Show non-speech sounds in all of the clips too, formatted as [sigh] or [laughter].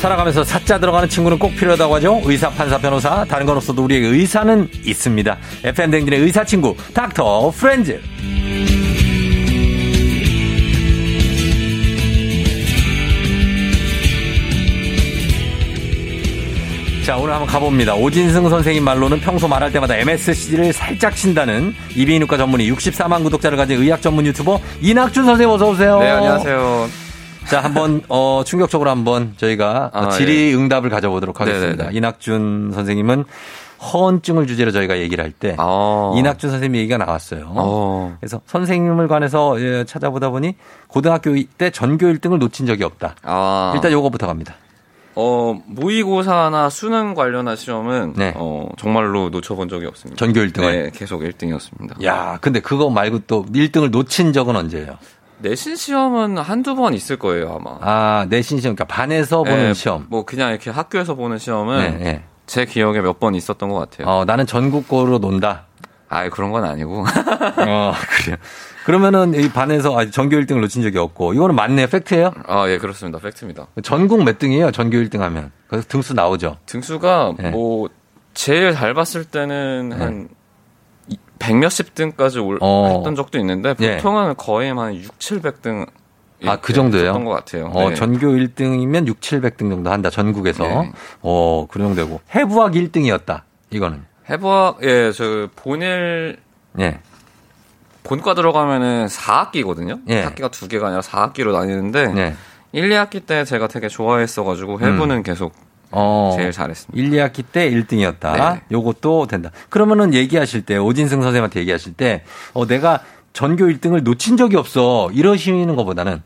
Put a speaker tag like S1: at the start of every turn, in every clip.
S1: 살아가면서 사자 들어가는 친구는 꼭 필요하다고 하죠. 의사, 판사, 변호사. 다른 건 없어도 우리에게 의사는 있습니다. FM 댕진의 의사 친구, 닥터 프렌즈. 자, 오늘 한번 가봅니다. 오진승 선생님 말로는 평소 말할 때마다 MSC를 살짝 친다는 이비인후과 전문의 64만 구독자를 가진 의학 전문 유튜버 이낙준 선생님 어서오세요.
S2: 네, 안녕하세요.
S1: 자, 한번 어 충격적으로 한번 저희가 어,
S2: 아,
S1: 질의 응답을 가져보도록 하겠습니다.
S2: 네네네.
S1: 이낙준 선생님은 허언증을 주제로 저희가 얘기를 할 때
S2: 어.
S1: 이낙준 선생님 얘기가 나왔어요.
S2: 어.
S1: 그래서 선생님을 관해서 예, 찾아보다 보니 고등학교 때 전교 1등을 놓친 적이 없다.
S2: 아.
S1: 일단 요거부터 갑니다.
S2: 어, 모의고사나 수능 관련한 시험은
S1: 네.
S2: 어, 정말로 놓쳐본 적이 없습니다.
S1: 전교 1등을.
S2: 네, 계속 1등이었습니다.
S1: 야, 근데 그거 말고 또 1등을 놓친 적은 언제예요?
S2: 내신 시험은 한두 번 있을 거예요, 아마.
S1: 아, 내신 시험, 그러니까 반에서 보는
S2: 네,
S1: 시험.
S2: 뭐 그냥 이렇게 학교에서 보는
S1: 네,
S2: 시험은
S1: 네.
S2: 제 기억에 몇 번 있었던 것 같아요.
S1: 어, 나는 전국고로 논다.
S2: 아, 그런 건 아니고. [laughs]
S1: 어, 그래요. 그러면은 이 반에서 아직 전교 1등을 놓친 적이 없고 이거는 맞네 팩트예요.
S2: 아, 예, 그렇습니다. 팩트입니다.
S1: 전국 몇 등이에요? 전교 1등 하면. 그래서 등수 나오죠.
S2: 등수가
S1: 네.
S2: 뭐 제일 잘 봤을 때는 한 이- 백몇십 등까지 올,
S1: 어.
S2: 했던 적도 있는데
S1: 예.
S2: 보통은 거의 한 6, 700등
S1: 아, 그 정도예요?
S2: 했던 것 같아요.
S1: 어,
S2: 네.
S1: 전교 1등이면 6, 700등 정도 한다. 전국에서.
S2: 네.
S1: 어, 그 정도 되고. 해부학 1등이었다. 이거는.
S2: 해부학 예, 저 본일
S1: 예.
S2: 본과 들어가면은 4학기거든요.
S1: 예.
S2: 학기가 두 개가 아니라 4학기로 나뉘는데
S1: 예.
S2: 1, 2학기 때 제가 되게 좋아했어 가지고 해부는 계속
S1: 음. 어.
S2: 제일 잘했습니다.
S1: 1, 2학기 때 1등이었다.
S2: 네.
S1: 요것도 된다. 그러면은 얘기하실 때, 오진승 선생님한테 얘기하실 때, 어, 내가 전교 1등을 놓친 적이 없어. 이러시는 것보다는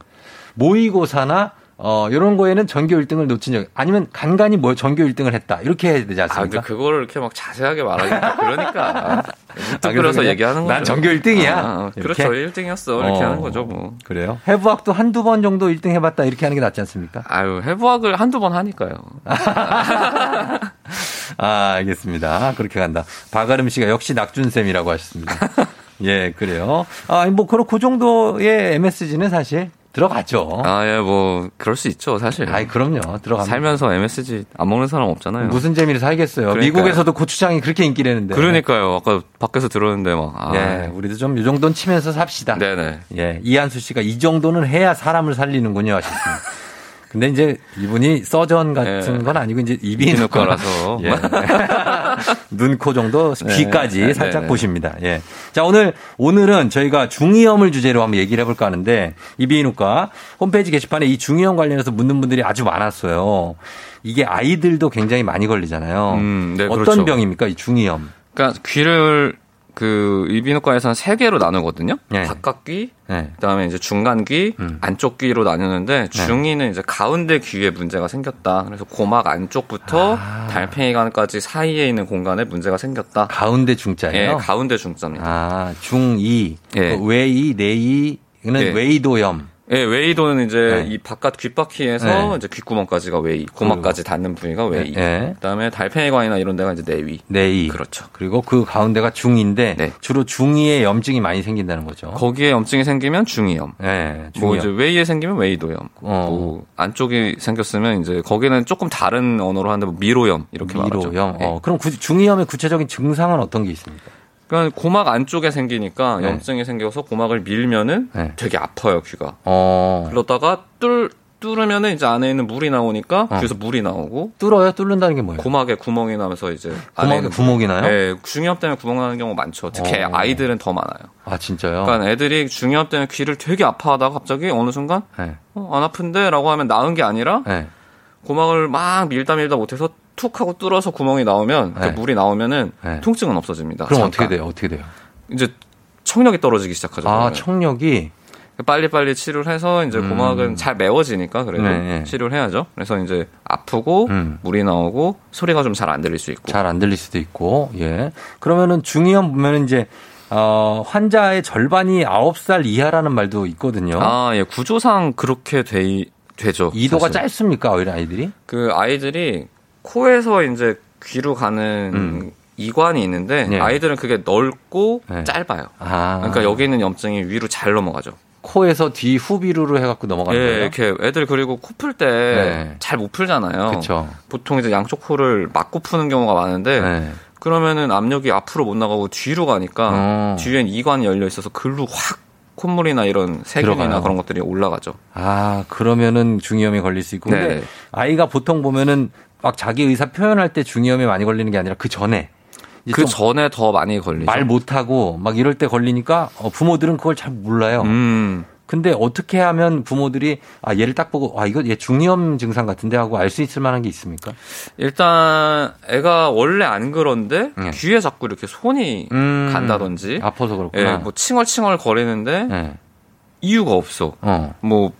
S1: 모의고사나 어, 요런 거에는 전교 1등을 놓친 적, 아니면 간간히 뭐 전교 1등을 했다. 이렇게 해야 되지
S2: 아, 근데
S1: 않습니까?
S2: 그거를 이렇게 막
S1: [laughs]
S2: 자세하게 말하니까 그러니까
S1: 그러니까? 아,
S2: 무뚝
S1: 그래서
S2: 그려서
S1: 그냥
S2: 얘기하는 거죠.
S1: 난 전교 1등이야.
S2: 아, 아, 그렇죠.
S1: 이렇게?
S2: 1등이었어.
S1: 어.
S2: 이렇게 하는 거죠, 뭐.
S1: 그래요? 해부학도 한두 번 정도 1등 해봤다. 이렇게 하는 게 낫지 않습니까?
S2: 아유, 해부학을 한두 번 하니까요.
S1: 어? 아, 알겠습니다. 그렇게 간다. 박아름 씨가 역시 낙준쌤이라고
S2: [laughs]
S1: 하셨습니다. 예, 그래요. 아, 뭐, 그럼 그 정도의 MSG는 사실 들어갔죠.
S2: 아, 예, 뭐, 그럴 수 있죠, 사실.
S1: 아이, 그럼요. 들어갑니다.
S2: 살면서 MSG 안 먹는 사람 없잖아요.
S1: 무슨 재미를 살겠어요.
S2: 그러니까요.
S1: 미국에서도 고추장이 그렇게 인기라는데.
S2: 그러니까요. 아까 밖에서 들었는데 막. 아,
S1: 예, 우리도 좀 이 정도는 치면서 삽시다.
S2: 네네.
S1: 예, 이한수 씨가 이 정도는 해야 사람을 살리는군요.
S2: [laughs]
S1: 하셨습니다. 근데 이제 이분이 서전 같은
S2: 예.
S1: 건 아니고 이제
S2: 이비인후과라서.
S1: 이비인후과라서 [laughs] 예. 눈, 코 정도 귀까지
S2: 네,
S1: 살짝
S2: 네.
S1: 보십니다. 예. 자, 오늘 오늘은 저희가 중이염을 주제로 한번 얘기를 해볼까 하는데 이비인후과 홈페이지 게시판에 이 중이염 관련해서 묻는 분들이 아주 많았어요. 이게 아이들도 굉장히 많이 걸리잖아요.
S2: 음, 네,
S1: 어떤
S2: 그렇죠.
S1: 병입니까? 이 중이염.
S2: 그러니까 귀를 그 이비인후과에서는 세 개로 나누거든요.
S1: 예.
S2: 바깥 귀,
S1: 예.
S2: 그다음에 이제 중간 귀, 안쪽 귀로
S1: 네.
S2: 나누는데 중이는 이제 가운데 귀에 문제가 생겼다. 그래서 고막 안쪽부터
S1: 아.
S2: 달팽이관까지 사이에 있는 공간에 문제가 생겼다.
S1: 가운데 중자예요.
S2: 예, 가운데 중자입니다.
S1: 아, 중2.
S2: 예.
S1: 그 외이, 내이는
S2: 예.
S1: 외이도염.
S2: 예, 웨이도는 이제
S1: 네.
S2: 이 바깥 귓바퀴에서
S1: 네.
S2: 이제 귓구멍까지가 웨이, 고막까지 닿는 부위가 웨이.
S1: 예. 네
S2: 그다음에 달팽이관이나 이런 데가 이제 내위.
S1: 내이.
S2: 그렇죠.
S1: 그리고 그 가운데가 중인데
S2: 네.
S1: 주로 중이에 염증이 많이 생긴다는 거죠.
S2: 거기에 염증이 생기면 중이염.
S1: 예. 어? 중이염.
S2: 뭐 이제 웨이에 생기면 웨이도염.
S1: 어.
S2: 뭐 안쪽이 생겼으면 이제 거기는 조금 다른 언어로 하는데 뭐 미로염 이렇게 말하죠.
S1: 미로염.
S2: 예.
S1: 어, 그럼 구- 중이염의 구체적인 증상은 어떤 게 있습니까?
S2: 그러니까 고막 안쪽에 생기니까
S1: 네.
S2: 염증이 생겨서 고막을 밀면은
S1: 네.
S2: 되게 아파요 귀가.
S1: 어.
S2: 그러다가 뚫 뚫으면은 이제 안에 있는 물이 나오니까
S1: 어.
S2: 귀에서 물이 나오고
S1: 뚫어요? 뚫는다는 게 뭐예요?
S2: 고막에 구멍이 나면서 이제 안에
S1: 고막에
S2: 있는
S1: 구멍이 나요?
S2: 예, 중이염 때문에 구멍 나는 경우 많죠. 특히
S1: 어.
S2: 아이들은 더 많아요.
S1: 아, 진짜요?
S2: 그러니까 애들이 중이염 때문에 귀를 되게 아파하다가 갑자기 어느 순간
S1: 예.
S2: 어, 안 아픈데라고 하면 나은 게 아니라
S1: 예.
S2: 고막을 막 밀다 밀다 못해서 툭 하고 뚫어서 구멍이 나오면 그
S1: 네.
S2: 물이 나오면은
S1: 네.
S2: 통증은 없어집니다.
S1: 그럼
S2: 잠깐.
S1: 어떻게 돼요? 어떻게 돼요?
S2: 이제 청력이 떨어지기 시작하죠.
S1: 아,
S2: 그러면.
S1: 청력이
S2: 빨리빨리 치료를 해서 이제 고막은 잘 메워지니까 그래도
S1: 음. 네, 네.
S2: 치료를 해야죠. 그래서 이제 아프고
S1: 음.
S2: 물이 나오고 소리가 좀 잘 안 들릴 수 있고.
S1: 잘 안 들릴 수도 있고, 예. 그러면은 중이염 보면은 이제, 어, 환자의 절반이 9살 이하라는 말도 있거든요.
S2: 아, 예. 구조상 그렇게 돼 되죠.
S1: 이도가
S2: 사실.
S1: 짧습니까, 어린 아이들이?
S2: 그 아이들이 코에서 이제 귀로 가는
S1: 음.
S2: 이관이 있는데
S1: 네.
S2: 아이들은 그게 넓고
S1: 네.
S2: 짧아요.
S1: 아.
S2: 그러니까 여기 있는 염증이 위로 잘 넘어가죠.
S1: 코에서 뒤 후비루로 해갖고 넘어가는
S2: 예,
S1: 거예요.
S2: 이렇게 애들 그리고 코 풀 때 잘
S1: 네.
S2: 못 풀잖아요.
S1: 그렇죠.
S2: 보통 이제 양쪽 코를 막고 푸는 경우가 많은데
S1: 네.
S2: 그러면은 압력이 앞으로 못 나가고 뒤로 가니까
S1: 어.
S2: 뒤엔 이관이 열려 있어서 글로 확 콧물이나 이런 세균이나
S1: 들어가요.
S2: 그런 것들이 올라가죠.
S1: 아 그러면은 중이염이 걸릴 수 있고 근데
S2: 네.
S1: 아이가 보통 보면은 막 자기 의사 표현할 때 중이염이 많이 걸리는 게 아니라 그 전에
S2: 그 전에 더 많이 걸리죠.
S1: 말 못하고 막 이럴 때 걸리니까 어, 부모들은 그걸 잘 몰라요.
S2: 음.
S1: 근데 어떻게 하면 부모들이 아 얘를 딱 보고 아 이거 얘 중이염 증상 같은데 하고 알 수 있을 만한 게 있습니까?
S2: 일단 애가 원래 안 그런데
S1: 네.
S2: 귀에 자꾸 이렇게 손이
S1: 음.
S2: 간다든지
S1: 아파서
S2: 예,
S1: 그렇구나.
S2: 뭐 칭얼칭얼 거리는데
S1: 예.
S2: 이유가 없어.
S1: 어.
S2: 뭐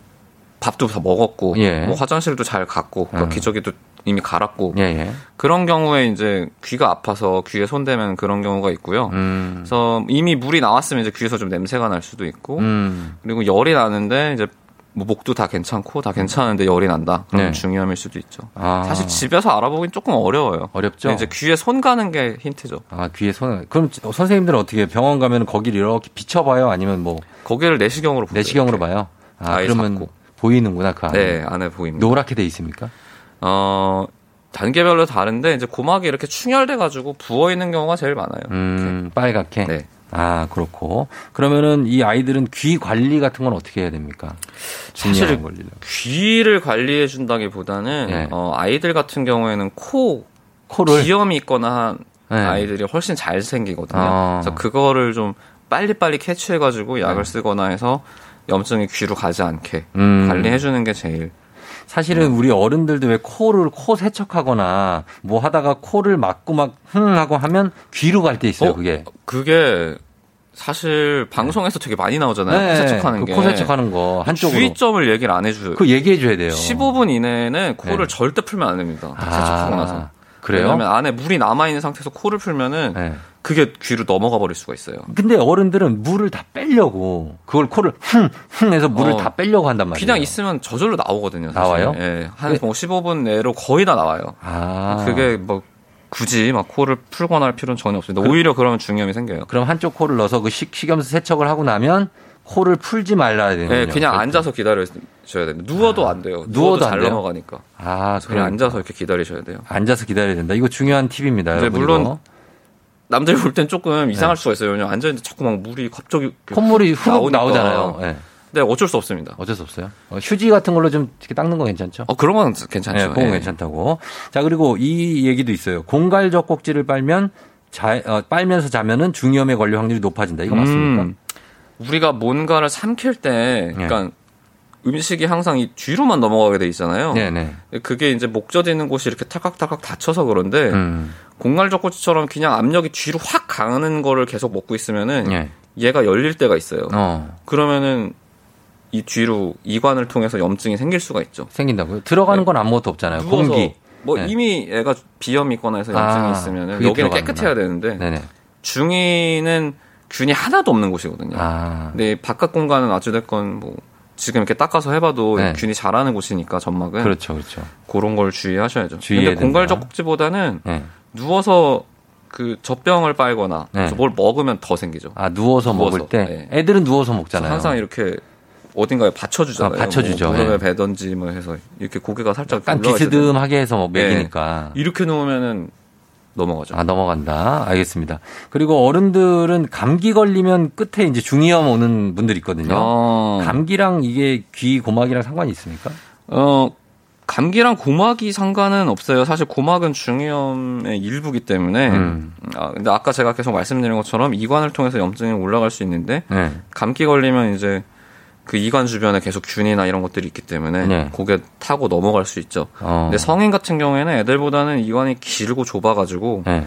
S2: 밥도 다 먹었고
S1: 예.
S2: 뭐 화장실도 잘 갔고 그러니까
S1: 음.
S2: 기저귀도 이미 갈았고
S1: 예, 예.
S2: 그런 경우에 이제 귀가 아파서 귀에 손대면 그런 경우가 있고요.
S1: 음.
S2: 그래서 이미 물이 나왔으면 이제 귀에서 좀 냄새가 날 수도 있고
S1: 음.
S2: 그리고 열이 나는데 이제 뭐 목도 다 괜찮고 다 괜찮은데 열이 난다. 그럼
S1: 네.
S2: 중이염일 수도 있죠.
S1: 아.
S2: 사실 집에서 알아보긴 조금 어려워요.
S1: 어렵죠?
S2: 이제 귀에 손 가는 게 힌트죠.
S1: 아, 귀에 손 그럼 선생님들은 어떻게 해요? 병원 가면 거기를 이렇게 비춰 봐요? 아니면 뭐
S2: 거기를 내시경으로 보세요.
S1: 내시경으로 봐요? 아,
S2: 아예
S1: 그러면
S2: 잡고.
S1: 보이는구나 그 안에.
S2: 네, 안에 보입니다.
S1: 노랗게 돼 있습니까?
S2: 어, 단계별로 다른데 이제 고막이 이렇게 충혈돼 가지고 부어 있는 경우가 제일 많아요.
S1: 음, 빨갛게.
S2: 네.
S1: 아, 그렇고. 그러면은 이 아이들은 귀 관리 같은 건 어떻게 해야 됩니까?
S2: 사실
S1: 중요한 걸리려.
S2: 귀를 관리해 준다기보다는
S1: 네.
S2: 어, 아이들 같은 경우에는 코
S1: 코를
S2: 비염이 있거나 한
S1: 네.
S2: 아이들이 훨씬 잘 생기거든요.
S1: 아.
S2: 그래서 그거를 좀 빨리빨리 캐치해 가지고 약을 쓰거나 해서 염증이 귀로 가지 않게
S1: 네. 음.
S2: 관리해 음. 주는 게 제일
S1: 사실은 우리 어른들도 왜 코를 코 세척하거나 뭐 하다가 코를 막고 막 흥 하고 하면 귀로 갈 때 있어요,
S2: 어?
S1: 그게.
S2: 그게 사실 방송에서 되게 많이 나오잖아요. 코 세척하는 게.
S1: 네. 그코 세척하는 거 한쪽으로
S2: 주의점을 얘기를 안 해줘요.
S1: 그 얘기해 줘야 돼요.
S2: 15분 이내에는
S1: 네.
S2: 코를 절대 풀면 안 됩니다.
S1: 아,
S2: 세척하고 나서.
S1: 그래요?
S2: 왜냐면 안에 물이 남아 있는 상태에서 코를 풀면은
S1: 네.
S2: 그게 귀로 넘어가 버릴 수가 있어요.
S1: 근데 어른들은 물을 다 빼려고 그걸 코를 흥흥 해서 물을
S2: 어.
S1: 다 빼려고 한단 말이에요.
S2: 그냥 있으면 저절로 나오거든요. 사실.
S1: 나와요? 그
S2: 예. 한 15분 내로 거의 다 나와요.
S1: 아.
S2: 그게 뭐 굳이 막 코를 풀거나 할 필요는 전혀 없습니다. 오히려 그러면 중요함이 생겨요.
S1: 그럼 한쪽 코를 넣어서 그 식, 식염수 세척을 하고 나면 코를 풀지 말라야 되는
S2: 예,
S1: 거예요.
S2: 그냥 앉아서 기다려줘야 됩니다. 누워도 안 돼요.
S1: 누워도
S2: 누워도 잘
S1: 안 돼요?
S2: 넘어가니까.
S1: 아,
S2: 그냥
S1: 그냥
S2: 앉아서 이렇게 기다리셔야 돼요.
S1: 앉아서 기다려야 된다. 이거 중요한 팁입니다.
S2: 근데
S1: 여러분.
S2: 네, 물론
S1: 이거.
S2: 남들 볼 땐
S1: 네.
S2: 조금 이상할 수가 있어요. 왜냐면 앉아있는데 자꾸 막 물이 갑자기.
S1: 그 콧물이 후룩
S2: 나오니까.
S1: 나오잖아요 네.
S2: 근데 어쩔 수 없습니다.
S1: 어쩔 수 없어요. 어, 휴지 같은 걸로 좀 이렇게 닦는 거 괜찮죠?
S2: 어, 그런 건
S1: 네,
S2: 괜찮죠.
S1: 그건
S2: 예.
S1: 괜찮다고. 자, 그리고 이 얘기도 있어요. 공갈적 꼭지를 빨면 자, 어, 빨면서 자면은 중이염에 걸릴 확률이 높아진다. 네. 이거 맞습니까?
S2: 음, 우리가 뭔가를 삼킬 때, 그러니까 음식이 항상 이 뒤로만 넘어가게 돼 있잖아요.
S1: 네, 네.
S2: 그게 이제 목젖 있는 곳이 이렇게 탈깍탈깍 닫혀서 그런데
S1: 음.
S2: 공갈적 꼬치처럼 그냥 압력이 뒤로 확 가는 거를 계속 먹고 있으면은
S1: 예.
S2: 얘가 열릴 때가 네. 있어요.
S1: 어.
S2: 그러면은 이 뒤로 이관을 통해서 염증이 생길 수가 있죠.
S1: 생긴다고요? 들어가는 건 아무것도 없잖아요.
S2: 네. 누워서
S1: 공기.
S2: 뭐
S1: 네.
S2: 이미 얘가 비염이 있거나 해서 염증이
S1: 아,
S2: 있으면은
S1: 그게
S2: 여기는
S1: 들어가는구나.
S2: 깨끗해야 되는데
S1: 네네.
S2: 중이는 균이 하나도 없는 곳이거든요.
S1: 아.
S2: 근데 바깥 공간은 어찌됐건 뭐 지금 이렇게 닦아서 해봐도
S1: 네.
S2: 균이 자라는 곳이니까 점막은 그
S1: 그렇죠, 그렇죠.
S2: 런걸 주의하셔야죠.
S1: 주의해야
S2: 근데 공갈적
S1: 된다.
S2: 꼭지보다는
S1: 예.
S2: 누워서 그 젖병을 빨거나
S1: 네.
S2: 그래서 뭘 먹으면 더 생기죠.
S1: 아, 누워서,
S2: 누워서,
S1: 먹을 때.
S2: 네.
S1: 애들은 누워서
S2: 그래서
S1: 먹잖아요.
S2: 항상 이렇게 어딘가에 받쳐주잖아요.
S1: 아, 받쳐주죠.
S2: 뭐 무릎에
S1: 예.
S2: 배던지 뭐 해서 이렇게 고개가 예. 살짝
S1: 약간
S2: 올라와 있어야 돼요.
S1: 비스듬하게 해서 뭐 먹이니까.
S2: 이렇게 놓으면은 넘어가죠.
S1: 아, 넘어간다. 알겠습니다. 그리고 어른들은 감기 걸리면 끝에 이제 중이염 오는 분들 있거든요.
S2: 어,
S1: 감기랑 이게 귀 고막이랑 상관이 있습니까?
S2: 어, 감기랑 고막이 상관은 없어요. 사실 고막은 중이염의 일부기 때문에.
S1: 음.
S2: 아, 근데 아까 제가 계속 말씀드린 것처럼 이관을 통해서 염증이 올라갈 수 있는데
S1: 네.
S2: 감기 걸리면 이제 그 이관 주변에 계속 균이나 이런 것들이 있기 때문에
S1: 네.
S2: 고개 타고 넘어갈 수 있죠.
S1: 어.
S2: 근데 성인 같은 경우에는 애들보다는 이관이 길고 좁아가지고
S1: 네.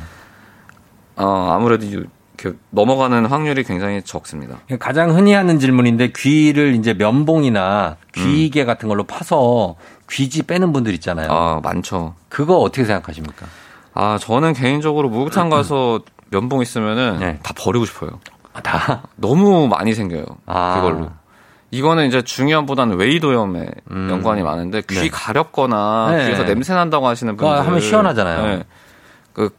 S2: 어, 아무래도 이렇게 넘어가는 확률이 굉장히 적습니다.
S1: 가장 흔히 하는 질문인데 귀를 이제 면봉이나
S2: 음.
S1: 귀게 같은 걸로 파서 귀지 빼는 분들 있잖아요.
S2: 아 많죠.
S1: 그거 어떻게 생각하십니까?
S2: 아 저는
S1: [clears throat]
S2: 개인적으로 목욕탕 가서 면봉 있으면은
S1: 네.
S2: 다 버리고 싶어요.
S1: 아, 다.
S2: 너무 많이 생겨요.
S1: 아.
S2: 그걸로. 이거는 이제 중요함보다는 외이도염에 연관이 많은데 귀
S1: 음. 네.
S2: 가렵거나
S1: 네.
S2: 귀에서 냄새 난다고 하시는 분들 네.
S1: 그거 하면 시원하잖아요.
S2: 그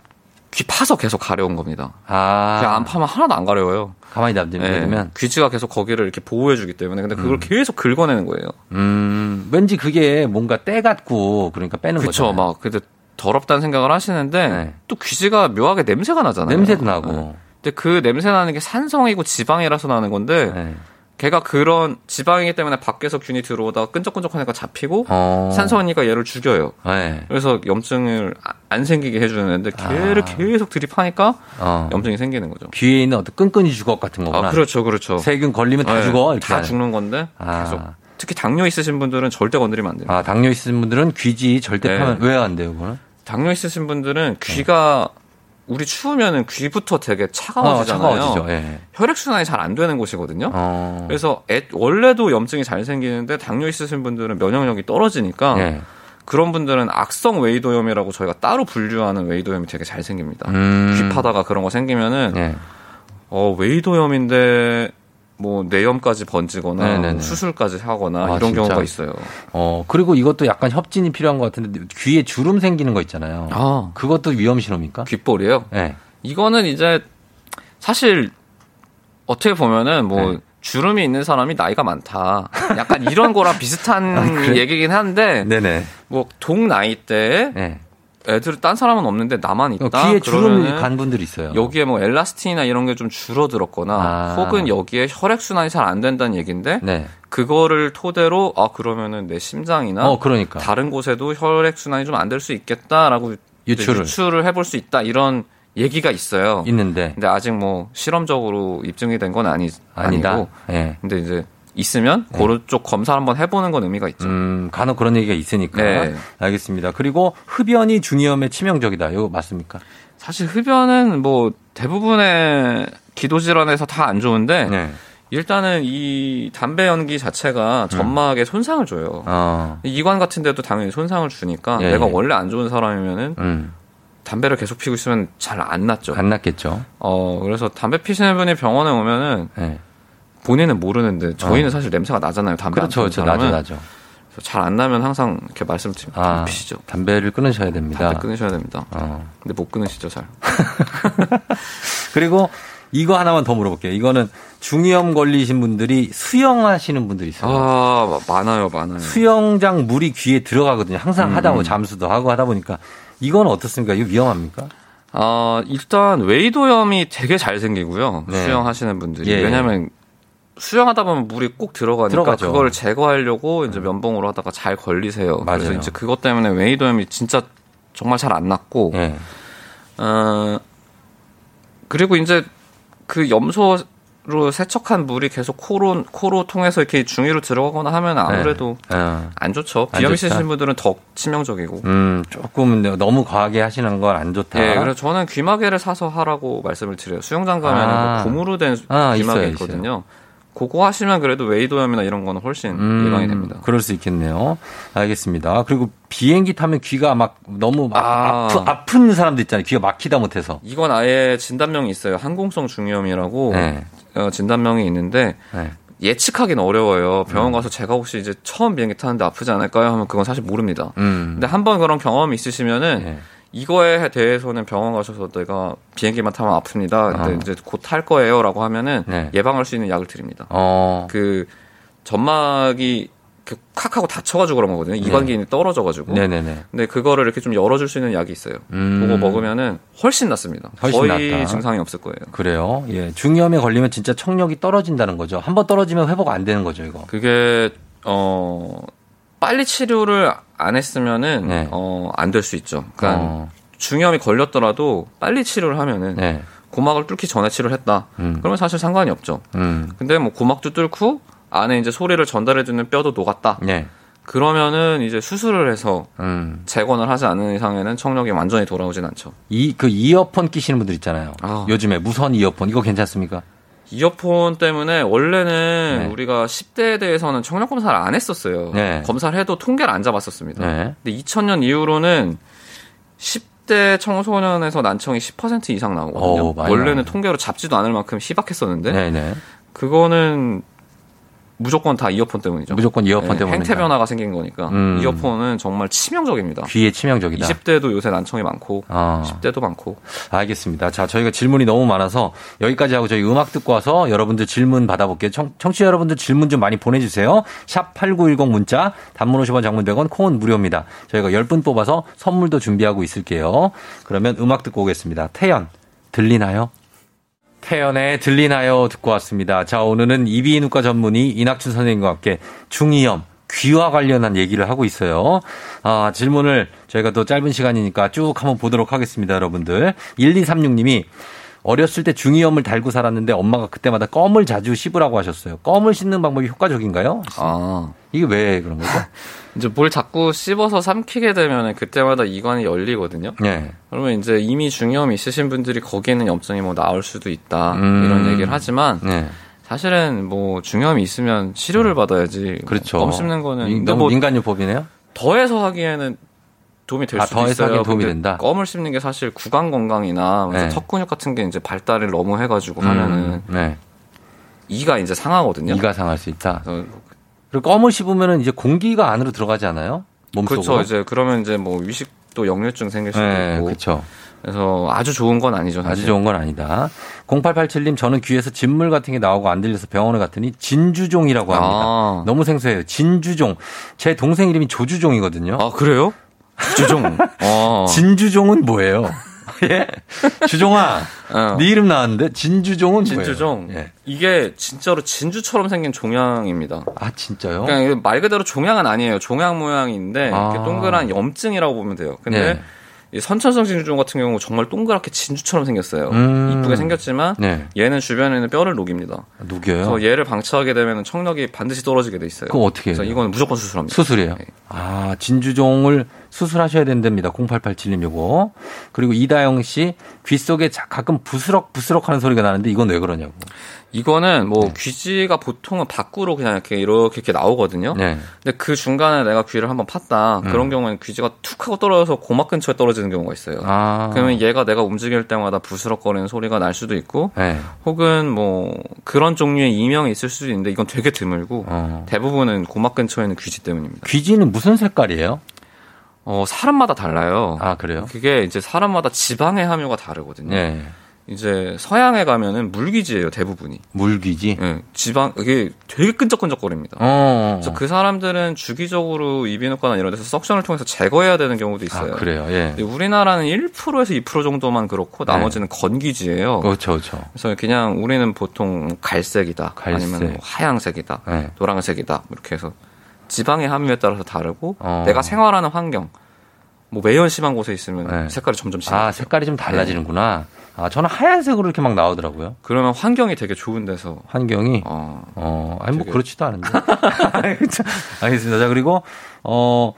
S2: 귀 파서 계속 가려운 겁니다.
S1: 아. 네.
S2: 귀 안 파면 하나도 안 가려워요. 네.
S1: 가만히 놔두면.
S2: 귀지가 계속 거기를 이렇게 보호해주기 때문에 근데 그걸 계속 긁어내는 거예요.
S1: 음. 왠지 그게 뭔가 때 같고 그러니까 빼는 거죠.
S2: 그렇죠. 막 근데 더럽다는 생각을 하시는데
S1: 네.
S2: 또 귀지가 묘하게 냄새가 나잖아요.
S1: 냄새도 나고.
S2: 근데 그 냄새 나는 게 산성이고 지방이라서 나는 건데
S1: 네.
S2: 걔가 그런 지방이기 때문에 밖에서 균이 들어오다가 끈적끈적하니까 잡히고
S1: 어.
S2: 산성이니까 얘를 죽여요.
S1: 네.
S2: 그래서 염증을 아- 안 생기게 해주는데 걔를 계속 들이파니까
S1: 아. 어.
S2: 염증이 생기는 거죠.
S1: 귀에 있는 어떤 끈끈이 주걱 같은 거구나.
S2: 아 그렇죠, 그렇죠.
S1: 세균 걸리면 다
S2: 네,
S1: 죽어. 이렇게
S2: 다
S1: 하는.
S2: 죽는 건데
S1: 아.
S2: 계속. 특히 당뇨 있으신 분들은 절대 건드리면 안 돼요.
S1: 아, 당뇨 있으신 분들은 귀지 절대
S2: 네.
S1: 파면 왜 안 돼요, 그거는?
S2: 당뇨 있으신 분들은 귀가 우리 추우면은 귀부터 되게 차가워지잖아요.
S1: 어, 차가워지죠. 예.
S2: 혈액 순환이 잘 안 되는 곳이거든요.
S1: 어.
S2: 그래서 애- 원래도 염증이 잘 생기는데 당뇨 있으신 분들은 면역력이 떨어지니까
S1: 예.
S2: 그런 분들은 악성 웨이도염이라고 저희가 따로 분류하는 웨이도염이 되게 잘 생깁니다.
S1: 음.
S2: 귀 파다가 그런 거 생기면은
S1: 예.
S2: 어 웨이도염인데 뭐 뇌염까지 번지거나
S1: 네네네.
S2: 수술까지 하거나
S1: 아,
S2: 이런
S1: 진짜?
S2: 경우가 있어요.
S1: 어, 그리고 이것도 약간 협진이 필요한 것 같은데 귀에 주름 생기는 거 있잖아요.
S2: 아
S1: 그것도 위험 신호입니까?
S2: 귓볼이에요.
S1: 예.
S2: 이거는 이제 사실 어떻게 보면은 뭐
S1: 네.
S2: 주름이 있는 사람이 나이가 많다. 약간
S1: [laughs]
S2: 이런 거랑 비슷한
S1: 아,
S2: 얘기긴 한데
S1: 네네.
S2: 뭐 동 나이 때
S1: 예.
S2: 애들 딴 사람은 없는데 나만 있다.
S1: 어, 귀에 주름
S2: 아, 그러면은
S1: 간 분들 있어요.
S2: 여기에 뭐 엘라스틴이나 이런 게 좀 줄어들었거나
S1: 아.
S2: 혹은 여기에 혈액 순환이 잘 안 된다는 얘기인데
S1: 네.
S2: 그거를 토대로 아 그러면은 내 심장이나
S1: 어, 그러니까.
S2: 다른 곳에도 혈액 순환이 좀 안 될 수 있겠다라고
S1: 유출을. 예.
S2: 유출을 해볼 수 있다 이런 얘기가 있어요.
S1: 있는데
S2: 근데 아직 뭐 실험적으로 입증이 된 건 아니
S1: 아니다.
S2: 아니고
S1: 예.
S2: 근데 이제 있으면 그런 쪽 검사 한번 해보는 건 의미가 있죠.
S1: 음, 간혹 그런 얘기가 있으니까.
S2: 네.
S1: 알겠습니다. 그리고 흡연이 중이염에 치명적이다. 이거 맞습니까?
S2: 사실 흡연은 뭐 대부분의 기도 질환에서 다 안 좋은데
S1: 네.
S2: 일단은 이 담배 연기
S1: 음.
S2: 자체가 점막에 손상을 줘요.
S1: 어.
S2: 이관 같은 데도 당연히 손상을 주니까
S1: 예,
S2: 내가
S1: 예.
S2: 원래 안 좋은 사람이면은
S1: 음.
S2: 담배를 계속 피고 있으면 잘 안 낫죠.
S1: 안 났겠죠.
S2: 어 그래서 담배 피시는 분이 병원에 오면은
S1: 예.
S2: 본인은 모르는데 저희는 사실 냄새가 나잖아요. 담배 안
S1: 어. 그렇죠.
S2: 피는
S1: 저 나죠,
S2: 사람은.
S1: 나죠.
S2: 잘 안 나면 항상 이렇게 말씀드립니다.
S1: 아,
S2: 아, 피시죠.
S1: 담배를 끊으셔야 됩니다.
S2: 담배 끊으셔야 됩니다.
S1: 어.
S2: 근데 못 끊으시죠, 잘.
S1: 그리고 이거 하나만 더 물어볼게요. 이거는 중이염 걸리신 분들이 수영하시는 분들이 있어요.
S2: 아, 마- 많아요, 많아요.
S1: 수영장 물이 귀에 들어가거든요.
S2: 음.
S1: 항상 하다 보 잠수도 하고 하다 보니까 이건 어떻습니까? 이거 위험합니까?
S2: 아, 일단 웨이도염이 되게 잘 생기고요.
S1: 네.
S2: 수영하시는 분들이.
S1: 예, 예.
S2: 왜냐면 수영하다 보면 물이 꼭 들어가니까
S1: 들어가죠. 음.
S2: 그걸 제거하려고 이제 면봉으로 하다가 잘 걸리세요.
S1: 맞아요.
S2: 그래서 이제 그것 때문에 웨이도염이 진짜 정말 잘 안 났고
S1: 예.
S2: 어, 그리고 이제 그 염소로 세척한 물이 계속 코로 코로 통해서 이렇게 중위로 들어가거나 하면 아무래도
S1: 어.
S2: 안 좋죠.
S1: 네. 안
S2: 비염
S1: 좋다.
S2: 있으신 분들은 더 치명적이고.
S1: 음, 조금 너무 과하게 하시는 건 안 좋다.
S2: 예, 그래서 저는 귀마개를 사서 하라고 말씀을 드려요. 수영장 가면
S1: 아.
S2: 은뭐 고무로 된
S1: 아,
S2: 귀마개
S1: 있어요,
S2: 있거든요. 그거 하시면 그래도 웨이도염이나 이런 거는 훨씬
S1: 음,
S2: 예방이 됩니다.
S1: 그럴 수 있겠네요. 알겠습니다. 그리고 비행기 타면 귀가 막 너무 막
S2: 아.
S1: 아. 프 아픈 사람도 있잖아요. 귀가 막히다 못해서.
S2: 이건 아예 진단명이 있어요. 항공성 중이염이라고
S1: 예.
S2: 어, 진단명이 있는데
S1: 예.
S2: 예측하긴 어려워요.
S1: 음.
S2: 병원 가서 제가 혹시 이제 처음 비행기 타는데 아프지 않을까요? 하면 그건 사실 모릅니다.
S1: 음.
S2: 근데 한 번 그런 경험이 있으시면은
S1: 예.
S2: 이거에 대해서는 병원 가셔서 내가 비행기만 타면 아픕니다. 근데
S1: 아.
S2: 이제 곧 탈 거예요라고 하면은
S1: 네.
S2: 예방할 수 있는 약을 드립니다.
S1: 어.
S2: 그 점막이 이렇게 칵 하고 다쳐가지고 그런 거거든요. 이관기인이 떨어져가지고.
S1: 네. 네네네.
S2: 근데 그거를 이렇게 좀 열어줄 수 있는 약이 있어요.
S1: 음.
S2: 그거 먹으면은 훨씬 낫습니다.
S1: 훨씬
S2: 거의
S1: 낫다.
S2: 증상이 없을 거예요.
S1: 그래요. 예. 중이염에 걸리면 진짜 청력이 떨어진다는 거죠. 한 번 떨어지면 회복 안 되는 거죠, 이거.
S2: 그게 어 빨리 치료를 안 했으면은
S1: 네.
S2: 어, 안 될 수 있죠. 그러니까
S1: 어.
S2: 중이염이 걸렸더라도 빨리 치료를 하면은
S1: 네.
S2: 고막을 뚫기 전에 치료를 했다.
S1: 음.
S2: 그러면 사실 상관이 없죠.
S1: 음.
S2: 근데 뭐 고막도 뚫고 안에 이제 소리를 전달해주는 뼈도 녹았다.
S1: 네.
S2: 그러면은 이제 수술을 해서
S1: 음.
S2: 재건을 하지 않는 이상에는 청력이 완전히 돌아오진 않죠.
S1: 이, 그 이어폰 끼시는 분들 있잖아요.
S2: 아.
S1: 요즘에 무선 이어폰. 이거 괜찮습니까?
S2: 이어폰 때문에 원래는
S1: 네.
S2: 우리가 10대에 대해서는 청력 검사를 안 했었어요.
S1: 네.
S2: 검사를 해도 통계를 안 잡았었습니다.
S1: 네.
S2: 근데 2000년 이후로는 10대 청소년에서 난청이 10% 이상 나오거든요.
S1: 오, 어, 많이
S2: 원래는
S1: 나오네. 네.
S2: 통계로 잡지도 않을 만큼 희박했었는데
S1: 네네.
S2: 그거는 무조건 다 이어폰 때문이죠. 네,
S1: 무조건 이어폰 때문에.
S2: 행태 변화가 생긴 거니까
S1: 음.
S2: 이어폰은 정말 치명적입니다.
S1: 귀에 치명적이다.
S2: 20대도 요새 난청이 많고
S1: 어.
S2: 10대도 많고
S1: 알겠습니다. 자, 저희가 질문이 너무 많아서 여기까지 하고 저희 음악 듣고 와서 여러분들 질문 받아볼게요. 청, 청취자 여러분들 질문 좀 많이 보내주세요. 샵 8910 문자, 단문 50원 장문 100원, 콩은 무료입니다. 저희가 10분 뽑아서 선물도 준비하고 있을게요. 그러면 음악 듣고 오겠습니다. 태연, 들리나요? 태연의 들리나요 듣고 왔습니다. 자, 오늘은 이비인후과 전문의 이낙춘 선생님과 함께 중이염, 귀와 관련한 얘기를 하고 있어요. 아, 질문을 저희가 또 짧은 시간이니까 쭉 한번 보도록 하겠습니다, 여러분들. 1236님이 어렸을 때 중이염을 달고 살았는데 엄마가 그때마다 껌을 자주 씹으라고 하셨어요. 껌을 씹는 방법이 효과적인가요?
S2: 아
S1: 이게 왜 그런
S2: [laughs]
S1: 거죠?
S2: 이제 뭘 자꾸 씹어서 삼키게 되면 그때마다 이관이 열리거든요.
S1: 네.
S2: 그러면 이제 이미 중이염이 있으신 분들이 거기에 있는 염증이 뭐 나올 수도 있다
S1: 음.
S2: 이런 얘기를 하지만
S1: 네.
S2: 사실은 뭐 중이염이 있으면 치료를 받아야지
S1: 음. 그렇죠.
S2: 껌 씹는 거는
S1: 이-
S2: 근데
S1: 너무
S2: 뭐
S1: 민간요법이네요.
S2: 더해서 하기에는 도움이 될
S1: 아,
S2: 수도
S1: 더해서
S2: 있어요.
S1: 하기엔 도움이
S2: 근데
S1: 된다?
S2: 껌을 씹는 게 사실 구강 건강이나 이제
S1: 네.
S2: 턱 근육 같은 게 이제 발달을 너무 해가지고 하면은
S1: 음, 네.
S2: 이가 이제 상하거든요.
S1: 이가 상할 수 있다.
S2: 그래서
S1: 그리고 껌을 씹으면 이제 공기가 안으로 들어가지 않아요? 몸속으로.
S2: 그렇죠. 이제 그러면 이제 뭐 위식도 역류증 생길 수도
S1: 네,
S2: 있고.
S1: 그렇죠.
S2: 그래서 아주 좋은 건 아니죠. 사실.
S1: 아주 좋은 건 아니다. 0887님 저는 귀에서 진물 같은 게 나오고 안 들려서 병원에 갔더니 진주종이라고 합니다.
S2: 아.
S1: 너무 생소해요. 진주종. 제 동생 이름이 조주종이거든요.
S2: 아 그래요?
S1: [laughs]
S2: 주종. 어.
S1: 진주종은 뭐예요? [laughs] 예? 주종아,
S2: 어.
S1: 네 이름 나왔는데 진주종은
S2: 진주종.
S1: 뭐예요? 예.
S2: 이게 진짜로 진주처럼 생긴 종양입니다.
S1: 아 진짜요?
S2: 그냥 이게 말 그대로 종양은 아니에요. 종양 모양인데
S1: 아.
S2: 이렇게 동그란 염증이라고 보면 돼요. 근데
S1: 네.
S2: 이 선천성 진주종 같은 경우 정말 동그랗게 진주처럼 생겼어요.
S1: 음.
S2: 이쁘게 생겼지만
S1: 네.
S2: 얘는 주변에는 뼈를 녹입니다.
S1: 누겨요?
S2: 그래서 얘를 방치하게 되면 청력이 반드시 떨어지게 돼 있어요.
S1: 그거 어떻게 해요?
S2: 그래서 이건 무조건 수술합니다.
S1: 수술이에요.
S2: 네.
S1: 아, 진주종을 수술하셔야 된답니다. 0887님 요거. 그리고 이다영 씨, 귀 속에 자- 가끔 부스럭부스럭 하는 소리가 나는데 이건 왜 그러냐고.
S2: 이거는
S1: 네.
S2: 뭐 귀지가 보통은 밖으로 그냥 이렇게 이렇게, 이렇게 나오거든요.
S1: 네. 음.
S2: 근데 그 중간에 내가 귀를 한번 팠다. 그런 경우에는 귀지가 툭 하고 떨어져서 고막 근처에 떨어지는 경우가 있어요.
S1: 아.
S2: 그러면 얘가 내가 움직일 때마다 부스럭거리는 소리가 날 수도 있고
S1: 네.
S2: 혹은 뭐 그런 종류의 이명이 있을 수도 있는데 이건 되게 드물고
S1: 어.
S2: 대부분은 고막 근처에 있는 귀지 때문입니다.
S1: 귀지는 무슨 색깔이에요?
S2: 어, 사람마다 달라요.
S1: 아, 그래요?
S2: 그게 이제 사람마다 지방의 함유가 다르거든요.
S1: 네.
S2: 이제 서양에 가면은 물귀지예요, 대부분이.
S1: 물귀지.
S2: 예, 지방 이게 되게 끈적끈적거립니다.
S1: 어.
S2: 그래서 그 사람들은 주기적으로 이비인후과나 이런 데서 석션을 통해서 제거해야 되는 경우도
S1: 아,
S2: 있어요.
S1: 그래요. 예.
S2: 근데 우리나라는 1%에서 2% 정도만 그렇고
S1: 네.
S2: 나머지는 건귀지예요.
S1: 그렇죠, 그렇죠.
S2: 그래서 그냥 우리는 보통 갈색이다,
S1: 갈색.
S2: 아니면 뭐 하양색이다,
S1: 네.
S2: 노란색이다 이렇게 해서 지방의 함유에 따라서 다르고
S1: 어.
S2: 내가 생활하는 환경, 뭐 매연 심한 곳에 있으면
S1: 네.
S2: 색깔이 점점 진해.
S1: 아, 색깔이 좀 달라지는구나.
S2: 네.
S1: 아, 저는 하얀색으로 이렇게 막 나오더라고요.
S2: 그러면 환경이 되게 좋은 데서
S1: 환경이.
S2: 어,
S1: 어, 아니, 뭐,
S2: 되게-
S1: 그렇지도 [laughs] 않은데. 알겠습니다. 자, 그리고, 어,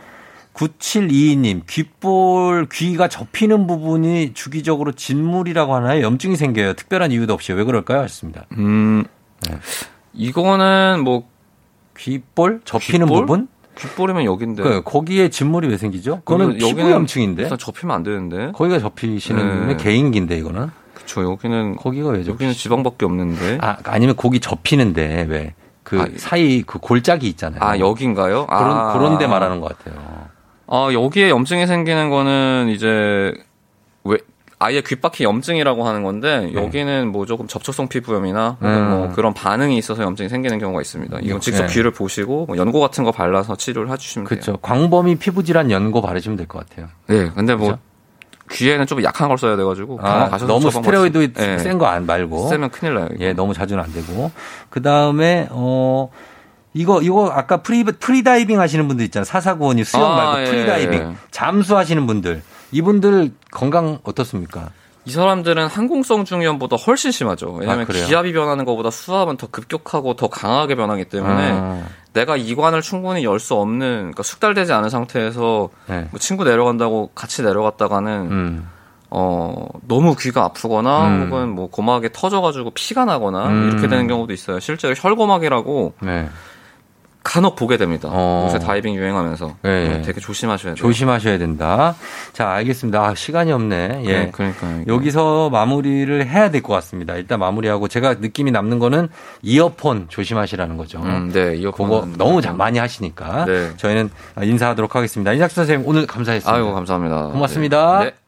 S1: 9722님, 귓볼, 귀가 접히는 부분이 주기적으로 진물이라고 하나요? 염증이 생겨요. 특별한 이유도 없이. 왜 그럴까요? 하셨습니다.
S2: 음, 이거는 뭐
S1: 귓볼? 접히는
S2: 귓볼?
S1: 부분?
S2: 귓볼이면 여긴데
S1: 그, 거기에 진물이 왜 생기죠? 그거는
S2: 여기는
S1: 피부 염증인데?
S2: 일단 접히면 안 되는데.
S1: 거기가 접히시는
S2: 네.
S1: 게 개인기인데, 이거는?
S2: 그쵸 여기는
S1: 거기가 왜
S2: 여기는
S1: 접히시
S2: 지방밖에 없는데. 아,
S1: 아, 아니면 거기 접히는데, 왜? 그
S2: 아, 예.
S1: 사이 그 골짜기 있잖아요.
S2: 여긴가요?
S1: 그런,
S2: 아.
S1: 그런데 말하는 것 같아요.
S2: 아 여기에 염증이 생기는 거는 이제 왜 아예 귓바퀴 염증이라고 하는 건데 여기는 뭐 조금 접촉성 피부염이나 혹은
S1: 네. 음.
S2: 뭐 그런 반응이 있어서 염증이 생기는 경우가 있습니다. 이건 직접
S1: 네.
S2: 귀를 보시고 뭐 연고 같은 거 발라서 치료를 해주시면 돼요.
S1: 그렇죠. 광범위 피부질환 연고 바르시면 될 것 같아요.
S2: 네, 근데 뭐
S1: 그쵸?
S2: 귀에는 좀 약한 걸 써야 돼가지고
S1: 아,
S2: 병원 가셔서
S1: 너무
S2: 처방
S1: 스테로이드
S2: 받으시- 네,
S1: 센 거 안 말고.
S2: 세면 큰일 나요. 이거.
S1: 예, 너무 자주는 안 되고. 그 다음에 어 이거 이거 아까 프리 프리다이빙 하시는 분들 있잖아요. 사사구원이 수영
S2: 아,
S1: 말고
S2: 예,
S1: 프리다이빙
S2: 예.
S1: 잠수하시는 분들 이분들 건강 어떻습니까?
S2: 이 사람들은 항공성 중이염보다 훨씬 심하죠. 왜냐하면
S1: 아, 그래요?
S2: 기압이 변하는 것보다 수압은 더 급격하고 더 강하게 변하기 때문에
S1: 아,
S2: 내가 이관을 충분히 열 수 없는 그러니까 숙달되지 않은 상태에서
S1: 네.
S2: 뭐 친구 내려간다고 같이 내려갔다가는
S1: 음.
S2: 어 너무 귀가 아프거나
S1: 음.
S2: 혹은 뭐 고막에 터져가지고 피가 나거나
S1: 음.
S2: 이렇게 되는 경우도 있어요. 실제로 혈고막이라고
S1: 네.
S2: 간혹 보게 됩니다.
S1: 어.
S2: 요새 다이빙 유행하면서 음,
S1: 예, 예.
S2: 되게 조심하셔야 돼요.
S1: 조심하셔야 된다. 자, 알겠습니다. 아, 시간이 없네. 예.
S2: 네, 그러니까요. 이게.
S1: 여기서 마무리를 해야 될 것 같습니다. 일단 마무리하고 제가 느낌이 남는 거는 이어폰 조심하시라는 거죠.
S2: 음, 네, 이거
S1: 그거 너무 자- 많이 하시니까
S2: 네.
S1: 저희는 인사하도록 하겠습니다. 이낙수 선생님 오늘 감사했습니다.
S2: 아이고 감사합니다.
S1: 고맙습니다.
S2: 네. 네.